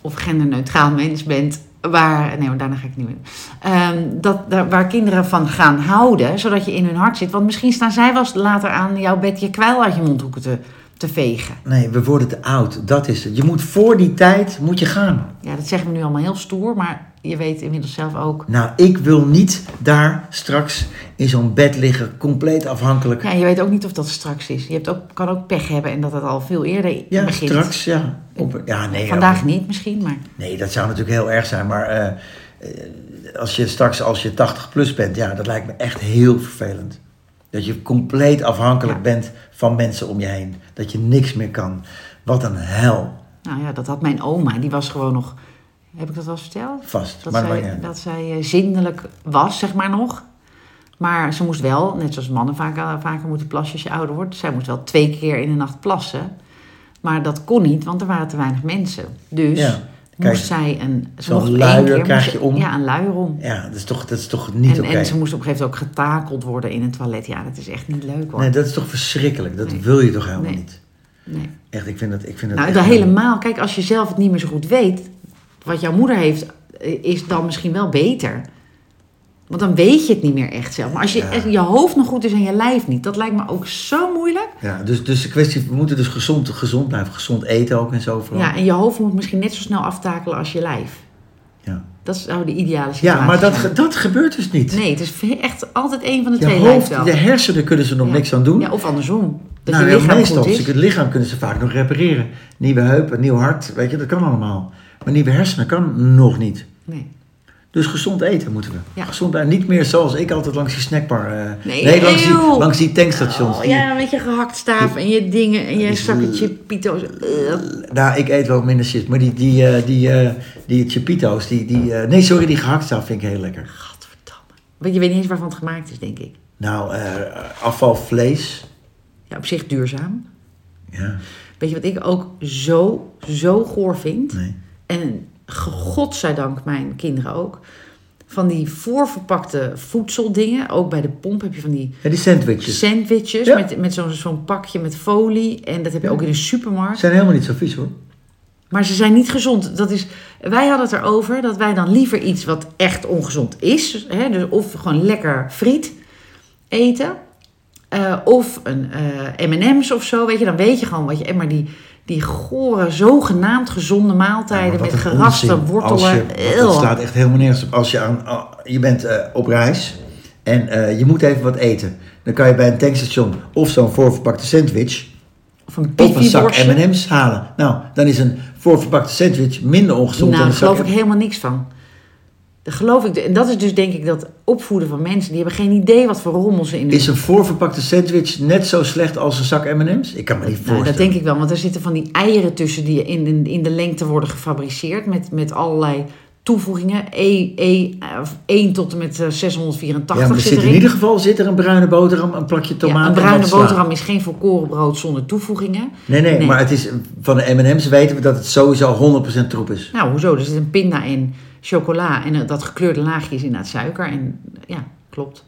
Speaker 2: of genderneutraal mens bent... Waar, nee, maar daarna ga ik het niet meer. doen. Ehm, dat, daar, waar kinderen van gaan houden, zodat je in hun hart zit. Want misschien staan zij wel eens later aan jouw bed je kwijl uit je mondhoeken te, te vegen.
Speaker 1: Nee, we worden te oud. Dat is het. Je moet voor die tijd moet je gaan.
Speaker 2: Ja, dat zeggen we nu allemaal heel stoer, maar je weet inmiddels zelf ook.
Speaker 1: Nou, ik wil niet daar straks in zo'n bed liggen, compleet afhankelijk.
Speaker 2: Ja, en je weet ook niet of dat straks is. Je hebt ook, kan ook pech hebben en dat het al veel eerder
Speaker 1: Ja,
Speaker 2: begint.
Speaker 1: straks, ja. Op, ja nee, ja.
Speaker 2: Vandaag niet misschien, maar
Speaker 1: Nee, dat zou natuurlijk heel erg zijn. Maar eh, eh, als je straks, als je 80 plus bent, ja, dat lijkt me echt heel vervelend. Dat je compleet afhankelijk
Speaker 2: Ja.
Speaker 1: bent van mensen om je heen. Dat je niks meer kan. Wat een hel.
Speaker 2: nou ja, dat had mijn oma. Die was gewoon nog, heb ik dat wel eens verteld?
Speaker 1: Vast.
Speaker 2: Dat,
Speaker 1: maar dat
Speaker 2: zij,
Speaker 1: maakt niet uit.
Speaker 2: dat zij eh, zindelijk was, zeg maar nog. Maar ze moest wel, net zoals mannen vaak, eh, vaker moeten plassen als je ouder wordt, zij moest wel twee keer in de nacht plassen. Maar dat kon niet, want er waren te weinig mensen. Dus
Speaker 1: Ja, kijk,
Speaker 2: moest zij een. ze
Speaker 1: zo'n
Speaker 2: mocht één
Speaker 1: luier
Speaker 2: keer-
Speaker 1: krijg
Speaker 2: moest-
Speaker 1: je om.
Speaker 2: Ja, een luier om.
Speaker 1: Ja, dat is toch, dat is toch niet
Speaker 2: en,
Speaker 1: oké.
Speaker 2: en ze moest op een gegeven moment ook getakeld worden in een toilet. Ja, dat is echt niet leuk hoor.
Speaker 1: Nee, dat is toch verschrikkelijk. Dat
Speaker 2: Nee.
Speaker 1: wil je toch helemaal
Speaker 2: Nee.
Speaker 1: niet.
Speaker 2: Nee.
Speaker 1: Echt, ik vind dat... Ik vind dat
Speaker 2: Nou,
Speaker 1: echt
Speaker 2: dat
Speaker 1: heel-
Speaker 2: helemaal. Kijk, als je zelf het niet meer zo goed weet, wat jouw moeder heeft, eh, is dan misschien wel beter. Want dan weet je het niet meer echt zelf. Maar als je,
Speaker 1: Ja.
Speaker 2: echt- je hoofd nog goed is en je lijf niet, dat lijkt me ook zo moeilijk.
Speaker 1: Ja, dus, dus de kwestie... We moeten dus gezond, gezond blijven. Gezond eten ook en zo vooral.
Speaker 2: Ja, en je hoofd moet misschien net zo snel aftakelen als je lijf.
Speaker 1: Ja.
Speaker 2: Dat zou de ideale situatie
Speaker 1: Ja, maar dat,
Speaker 2: zijn.
Speaker 1: ge- dat gebeurt dus niet.
Speaker 2: Nee, het is ve- echt altijd één van de
Speaker 1: Je
Speaker 2: twee
Speaker 1: hoofd,
Speaker 2: lijkt wel.
Speaker 1: je hersenen kunnen ze nog
Speaker 2: Ja.
Speaker 1: niks aan doen.
Speaker 2: Ja, of andersom. Dat
Speaker 1: nou,
Speaker 2: je
Speaker 1: ja,
Speaker 2: lichaam
Speaker 1: meestal,
Speaker 2: goed is.
Speaker 1: ze kunnen- het lichaam kunnen ze vaak nog repareren. Nieuwe heupen, nieuw hart, weet je, dat kan allemaal. Maar nieuwe hersenen kan nog niet.
Speaker 2: Nee.
Speaker 1: Dus gezond eten moeten we.
Speaker 2: Ja.
Speaker 1: Gezond en niet meer zoals ik altijd langs die snackbar. eh,
Speaker 2: Nee,
Speaker 1: langs, die,
Speaker 2: eeuw.
Speaker 1: langs die tankstations.
Speaker 2: Oh,
Speaker 1: Die-
Speaker 2: ja, met je gehaktstaaf en je dingen en je
Speaker 1: is-
Speaker 2: zakketje pito's. Ugh.
Speaker 1: Nou, ik eet wel minder shit, maar die, die, eh, die, eh, die chipito's, die, die, eh, nee sorry, die gehaktstaaf vind ik heel lekker.
Speaker 2: Godverdamme. Want je weet niet eens waarvan het gemaakt is, denk ik.
Speaker 1: Nou, eh afvalvlees.
Speaker 2: Ja, op zich duurzaam.
Speaker 1: Ja,
Speaker 2: Weet je wat ik ook zo, zo goor vind?
Speaker 1: nee.
Speaker 2: En ge- godzijdank mijn kinderen ook. Van die voorverpakte voedseldingen. Ook bij de pomp heb je van die
Speaker 1: Ja, die sandwiches
Speaker 2: sandwiches
Speaker 1: Ja.
Speaker 2: met, met zo'n zo'n pakje met folie. En dat heb je ook in de supermarkt.
Speaker 1: zijn helemaal niet zo vies hoor.
Speaker 2: Maar ze zijn niet gezond. Dat is, wij hadden het erover dat wij dan liever iets wat echt ongezond is. Hè, dus of gewoon lekker friet eten. eh, of een eh, MM's of zo. Weet je, dan weet je gewoon wat je. Maar die, die gore, zogenaamd gezonde maaltijden
Speaker 1: Maar
Speaker 2: met
Speaker 1: wat een
Speaker 2: geraste
Speaker 1: onzin. Als
Speaker 2: wortelen.
Speaker 1: je- dat
Speaker 2: Eeuw.
Speaker 1: staat echt helemaal nergens op. Als je, aan, ah, je bent eh, op reis en eh, je moet even wat eten. Dan kan je bij een tankstation of zo'n voorverpakte sandwich...
Speaker 2: Of een
Speaker 1: of een
Speaker 2: piffy
Speaker 1: zak M&M's halen. Nou, dan is een voorverpakte sandwich minder ongezond
Speaker 2: Nou,
Speaker 1: dan
Speaker 2: daar
Speaker 1: een zak
Speaker 2: geloof ik helemaal niks van. Daar geloof ik. En dat is dus denk ik dat opvoeden van mensen. Die hebben geen idee wat voor rommel ze in hun
Speaker 1: Is een voorverpakte sandwich net zo slecht als een zak M&M's? Ik kan me niet
Speaker 2: Nou,
Speaker 1: voorstellen.
Speaker 2: dat denk ik wel, want er zitten van die eieren tussen die in, in, in de lengte worden gefabriceerd met, met allerlei toevoegingen. E, e, eh, of 1 tot en met eh, 684
Speaker 1: ja, maar er
Speaker 2: zit
Speaker 1: zit in
Speaker 2: erin.
Speaker 1: ieder geval zit er een bruine boterham, een plakje
Speaker 2: Ja,
Speaker 1: tomaat
Speaker 2: een
Speaker 1: en
Speaker 2: bruine
Speaker 1: wat sla.
Speaker 2: boterham is geen volkoren brood zonder toevoegingen.
Speaker 1: Nee, nee,
Speaker 2: Nee.
Speaker 1: maar het is, van de M&M's weten we dat het sowieso 100% troep is.
Speaker 2: Nou, hoezo? Er zit een pinda in chocola en eh, dat gekleurde laagje is inderdaad suiker. En eh, ja, klopt.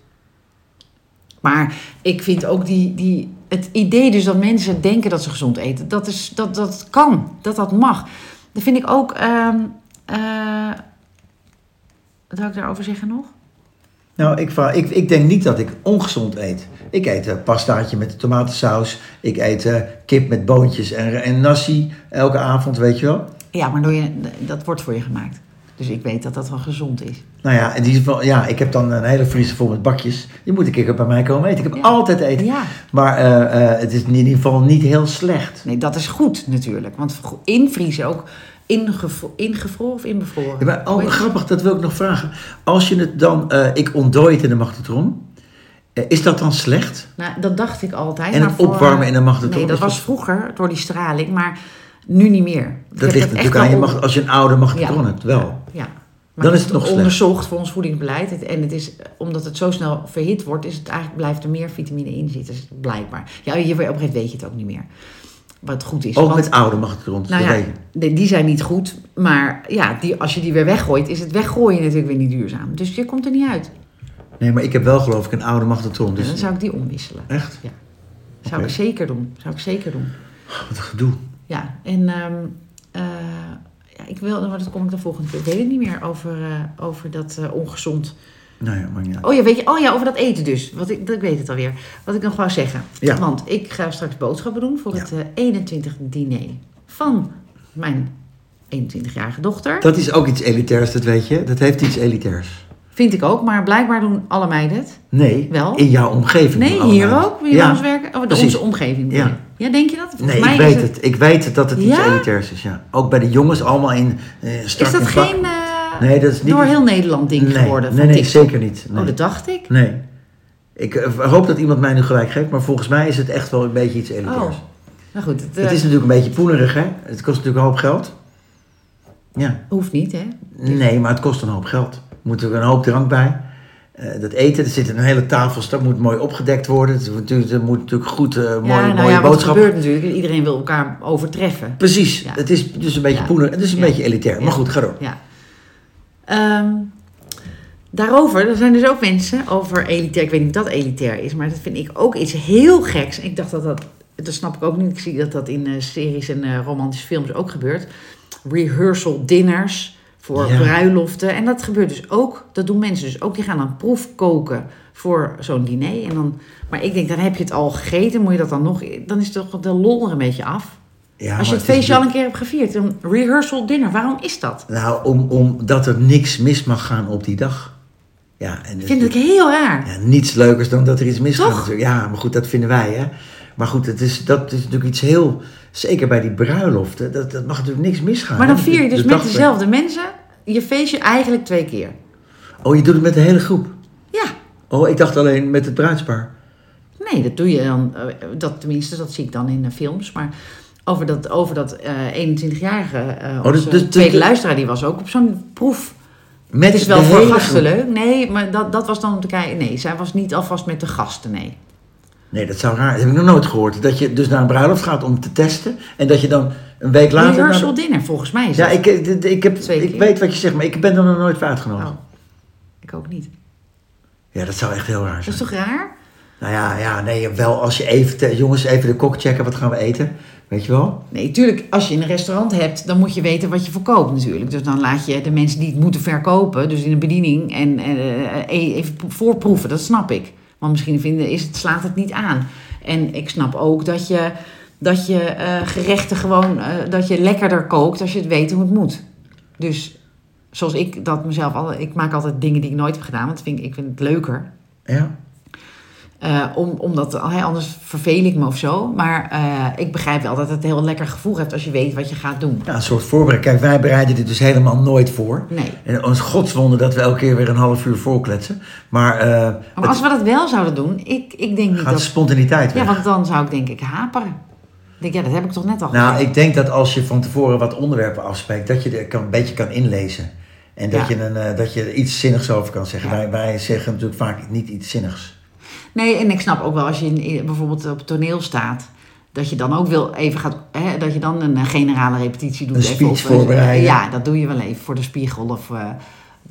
Speaker 2: Maar ik vind ook die, die, het idee dus dat mensen denken dat ze gezond eten, dat, is, dat, dat kan, dat dat mag. Dat vind ik ook. ehm, eh, wat wil ik daarover zeggen nog?
Speaker 1: Nou, ik, va- ik, ik denk niet dat ik ongezond eet. Ik eet een pastaatje met tomatensaus. Ik eet eh, kip met boontjes en, en nasi elke avond, weet je wel.
Speaker 2: Ja, maar door je, dat eh, wordt voor je gemaakt. Dus ik weet dat dat wel gezond is.
Speaker 1: Nou ja, in ieder geval, ja, ik heb dan een hele vriezer vol met bakjes. Je moet een keer bij mij komen eten. Ik heb
Speaker 2: Ja.
Speaker 1: altijd eten.
Speaker 2: Ja.
Speaker 1: Maar eh, eh, het is in ieder geval niet heel slecht.
Speaker 2: Nee, dat is goed natuurlijk. Want vro- invriezen ook ingevo- ingevroren of inbevroren.
Speaker 1: Ja, maar,
Speaker 2: Hoe
Speaker 1: oh,
Speaker 2: heet het?
Speaker 1: grappig, dat wil ik nog vragen. Als je het dan, eh, ik ontdooi het in de magnetron. Eh, is dat dan slecht?
Speaker 2: nou, dat dacht ik altijd.
Speaker 1: En
Speaker 2: maar
Speaker 1: het
Speaker 2: voor-
Speaker 1: opwarmen in de magnetron
Speaker 2: Nee, dat
Speaker 1: is
Speaker 2: was vroeger door die straling, maar nu niet meer. Ik
Speaker 1: Dat
Speaker 2: heb
Speaker 1: ligt
Speaker 2: echt
Speaker 1: natuurlijk
Speaker 2: wel
Speaker 1: aan je
Speaker 2: on-
Speaker 1: mag, als je een oude magnetron
Speaker 2: Ja.
Speaker 1: hebt, wel.
Speaker 2: Ja.
Speaker 1: Dan is het nog slecht.
Speaker 2: onderzocht voor ons voedingsbeleid. Het- En het is, omdat het zo snel verhit wordt, is het eigenlijk, blijft er meer vitamine in zitten. Dus blijkbaar. Ja, je, op een gegeven moment weet je het ook niet meer. Wat goed is.
Speaker 1: Ook
Speaker 2: want-
Speaker 1: met oude magnetron.
Speaker 2: nou ja, de- die zijn niet goed. Maar ja, die, als je die weer weggooit, is het weggooien natuurlijk weer niet duurzaam. Dus je komt er niet uit.
Speaker 1: Nee, maar ik heb wel geloof ik een oude magnetron. Dus
Speaker 2: Dan zou ik die omwisselen.
Speaker 1: echt,
Speaker 2: Ja. Zou
Speaker 1: Oké.
Speaker 2: ik zeker doen. Zou ik zeker doen.
Speaker 1: wat een gedoe.
Speaker 2: Ja, en ehm, eh, ja, ik wil, maar dat kom ik de volgende keer. Ik weet het niet meer over, eh, over dat eh, ongezond.
Speaker 1: Nou ja, maar ja.
Speaker 2: Oh ja, weet je, oh ja, over dat eten dus. Wat ik, dat, ik weet het alweer. Wat ik nog wou zeggen.
Speaker 1: Ja.
Speaker 2: Want ik ga straks boodschappen doen voor
Speaker 1: Ja.
Speaker 2: het eh, 21 diner van mijn 21-jarige dochter.
Speaker 1: Dat is ook iets elitairs, dat weet je. Dat heeft iets elitairs.
Speaker 2: Vind ik ook, maar blijkbaar doen alle meiden het.
Speaker 1: Nee,
Speaker 2: Wel?
Speaker 1: in jouw omgeving.
Speaker 2: Nee,
Speaker 1: allemaal.
Speaker 2: hier ook, bij
Speaker 1: Ja.
Speaker 2: ons werken. Oh, de,
Speaker 1: precies.
Speaker 2: onze omgeving. bedoel
Speaker 1: Ja.
Speaker 2: je. ja, denk je dat? Volgens
Speaker 1: Nee,
Speaker 2: mij
Speaker 1: ik
Speaker 2: is
Speaker 1: weet het. Ik weet het dat het iets
Speaker 2: Ja?
Speaker 1: elitairs is, ja. Ook bij de jongens allemaal in eh strak
Speaker 2: Is dat
Speaker 1: en pak.
Speaker 2: geen eh,
Speaker 1: Nee, dat is niet-
Speaker 2: door heel Nederland ding
Speaker 1: nee,
Speaker 2: geworden?
Speaker 1: Nee,
Speaker 2: van
Speaker 1: nee,
Speaker 2: TikTok?
Speaker 1: zeker niet. Nee.
Speaker 2: Oh, dat dacht ik.
Speaker 1: nee. Ik eh, hoop dat iemand mij nu gelijk geeft, maar volgens mij is het echt wel een beetje iets
Speaker 2: Oh,
Speaker 1: elitairs.
Speaker 2: nou goed, het, eh,
Speaker 1: Het is natuurlijk een beetje poenerig, hè? Het kost natuurlijk een hoop geld. Ja.
Speaker 2: hoeft niet, hè?
Speaker 1: Nee, maar het kost een hoop geld. Moet er een hoop drank bij. Eh, dat eten, er zit een hele tafel, dat moet mooi opgedekt worden. Het, is natuurlijk, het moet natuurlijk goed, eh mooi,
Speaker 2: ja, nou
Speaker 1: mooie
Speaker 2: ja, wat
Speaker 1: boodschap.
Speaker 2: gebeurt natuurlijk? Iedereen wil elkaar overtreffen.
Speaker 1: Precies,
Speaker 2: Ja.
Speaker 1: het is dus een beetje
Speaker 2: Ja.
Speaker 1: poenerig. Het is een
Speaker 2: Ja.
Speaker 1: beetje elitair, maar
Speaker 2: Ja.
Speaker 1: goed, ga door.
Speaker 2: Ja. Ehm, daarover, er zijn dus ook mensen over elitair. Ik weet niet of dat elitair is, maar dat vind ik ook iets heel geks. Ik dacht dat dat, dat snap ik ook niet. Ik zie dat dat in eh, series en eh, romantische films ook gebeurt. Rehearsal dinners voor
Speaker 1: Ja.
Speaker 2: bruiloften. En dat gebeurt dus ook. Dat doen mensen dus ook. Die gaan dan proef koken voor zo'n diner. En dan, maar ik denk, dan heb je het al gegeten. Moet je dat dan nog... Dan is toch de lol er een beetje af.
Speaker 1: Ja,
Speaker 2: Als je
Speaker 1: maar
Speaker 2: het feestje al
Speaker 1: is
Speaker 2: een keer hebt gevierd. Een rehearsal dinner. Waarom is dat?
Speaker 1: natuurlijk- Nou, om, omdat er niks mis mag gaan op die dag. Ja, en
Speaker 2: Ik vind ik heel raar.
Speaker 1: ja, niets leukers dan dat er iets misgaat.
Speaker 2: Toch?
Speaker 1: natuurlijk. Ja, maar goed, dat vinden wij, hè. Maar goed, het is, dat is natuurlijk iets heel... Zeker bij die bruiloften, dat, dat mag natuurlijk niks misgaan.
Speaker 2: maar dan
Speaker 1: hè.
Speaker 2: vier
Speaker 1: De-
Speaker 2: je dus
Speaker 1: de
Speaker 2: met
Speaker 1: dag-
Speaker 2: dezelfde mensen je feestje eigenlijk twee keer.
Speaker 1: Oh, je doet het met de hele groep?
Speaker 2: Ja,
Speaker 1: Oh, ik dacht alleen met het bruidspaar.
Speaker 2: nee, dat doe je dan. eh, Dat, tenminste, dat zie ik dan in eh, films. Maar over dat, over dat eh, 21-jarige. eh
Speaker 1: dus-
Speaker 2: onze
Speaker 1: dus- dus-
Speaker 2: tweede luisteraar die was ook op zo'n proef.
Speaker 1: Met
Speaker 2: Het is wel
Speaker 1: de
Speaker 2: voor
Speaker 1: hele
Speaker 2: gasten
Speaker 1: groep.
Speaker 2: leuk. Nee, maar dat, dat was dan om te kijken. Nee, zij was niet alvast met de gasten. Nee.
Speaker 1: Nee, dat zou raar. Dat heb ik nog nooit gehoord. Dat je dus naar een bruiloft gaat om te testen. En dat je dan een week later... naar de-
Speaker 2: Rehearsal dinner, volgens mij is
Speaker 1: Ja,
Speaker 2: dat.
Speaker 1: ik, ik, ik, heb,
Speaker 2: Twee
Speaker 1: ik
Speaker 2: keer.
Speaker 1: weet wat je zegt, maar ik ben er nog nooit voor uitgenodigd.
Speaker 2: Oh, ik ook niet.
Speaker 1: Ja, dat zou echt heel raar
Speaker 2: Dat is
Speaker 1: zijn.
Speaker 2: toch raar?
Speaker 1: Nou ja, ja, nee, wel als je even... te- jongens, even de kok checken, wat gaan we eten? Weet je wel?
Speaker 2: Nee, tuurlijk, als je een restaurant hebt, dan moet je weten wat je verkoopt natuurlijk. Dus dan laat je de mensen die het moeten verkopen, dus in de bediening, en, eh, eh, even po- voorproeven. Dat snap ik. Want misschien vinden, is het, slaat het niet aan. En ik snap ook dat je, dat je eh, gerechten gewoon, eh, dat je lekkerder kookt als je het weet hoe het moet. Dus zoals ik dat mezelf, al, ik maak altijd dingen die ik nooit heb gedaan, want vind, ik- ik vind het leuker.
Speaker 1: Ja.
Speaker 2: Eh, om, omdat hè, anders vervel ik me of zo. Maar eh, ik begrijp wel dat het een heel lekker gevoel heeft als je weet wat je gaat doen.
Speaker 1: ja, een soort voorbereid. Kijk, wij bereiden dit dus helemaal nooit voor.
Speaker 2: Nee.
Speaker 1: En ons godswonder dat we elke keer weer een half uur voorkletsen. Maar eh,
Speaker 2: Maar als we dat wel zouden doen, ik, ik denk niet
Speaker 1: gaat de
Speaker 2: dat.
Speaker 1: spontaniteit weg.
Speaker 2: Ja, want dan zou ik denk ik haperen. Ik denk, ja, dat heb ik toch net al gedaan.
Speaker 1: Nou, ik denk dat als je van tevoren wat onderwerpen afspreekt, dat je er kan, een beetje kan inlezen. En dat,
Speaker 2: Ja.
Speaker 1: je, een, eh, dat je er iets zinnigs over kan zeggen.
Speaker 2: Ja.
Speaker 1: Wij, wij zeggen natuurlijk vaak niet iets zinnigs.
Speaker 2: Nee, en ik snap ook wel als je in- in- bijvoorbeeld op het toneel staat. Dat je dan ook wil even gaat, hè, dat je dan een eh, generale repetitie doet.
Speaker 1: Een
Speaker 2: even,
Speaker 1: speech
Speaker 2: of, eh,
Speaker 1: voorbereiden.
Speaker 2: Ja, dat doe je wel even voor de spiegel of, eh,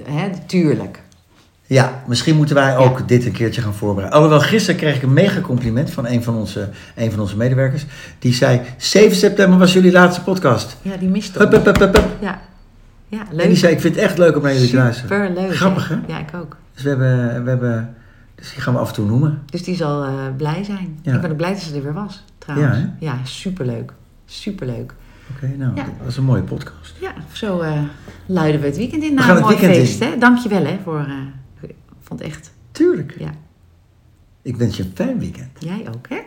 Speaker 2: hè, tuurlijk.
Speaker 1: Ja, misschien moeten wij ook dit een keertje gaan voorbereiden. Alhoewel, gisteren kreeg ik een mega compliment van een van onze, een van onze medewerkers. Die zei, 7 september was jullie laatste podcast.
Speaker 2: Ja, die mist
Speaker 1: Hup,
Speaker 2: ook.
Speaker 1: hup, hup, hup, hup.
Speaker 2: Ja. ja, leuk.
Speaker 1: En die zei, ik vind het echt leuk om naar jullie te luisteren.
Speaker 2: Super leuk.
Speaker 1: Grappig, hè?
Speaker 2: Ja, ik ook.
Speaker 1: Dus we hebben, we hebben, dus die gaan we af en toe noemen.
Speaker 2: Dus die zal eh, blij zijn.
Speaker 1: Ja.
Speaker 2: Ik ben ook blij dat ze er weer was, trouwens.
Speaker 1: Ja,
Speaker 2: Ja, superleuk. Superleuk.
Speaker 1: Oké, nou,
Speaker 2: Ja.
Speaker 1: dat was een mooie podcast.
Speaker 2: Ja, zo eh, luiden we het weekend in.
Speaker 1: We
Speaker 2: Na
Speaker 1: gaan
Speaker 2: een
Speaker 1: het
Speaker 2: mooi
Speaker 1: weekend
Speaker 2: feest, hè? Dankjewel, hè, voor... eh, ik vond echt,
Speaker 1: Tuurlijk.
Speaker 2: ja.
Speaker 1: Ik wens je een fijn weekend.
Speaker 2: Jij ook, hè?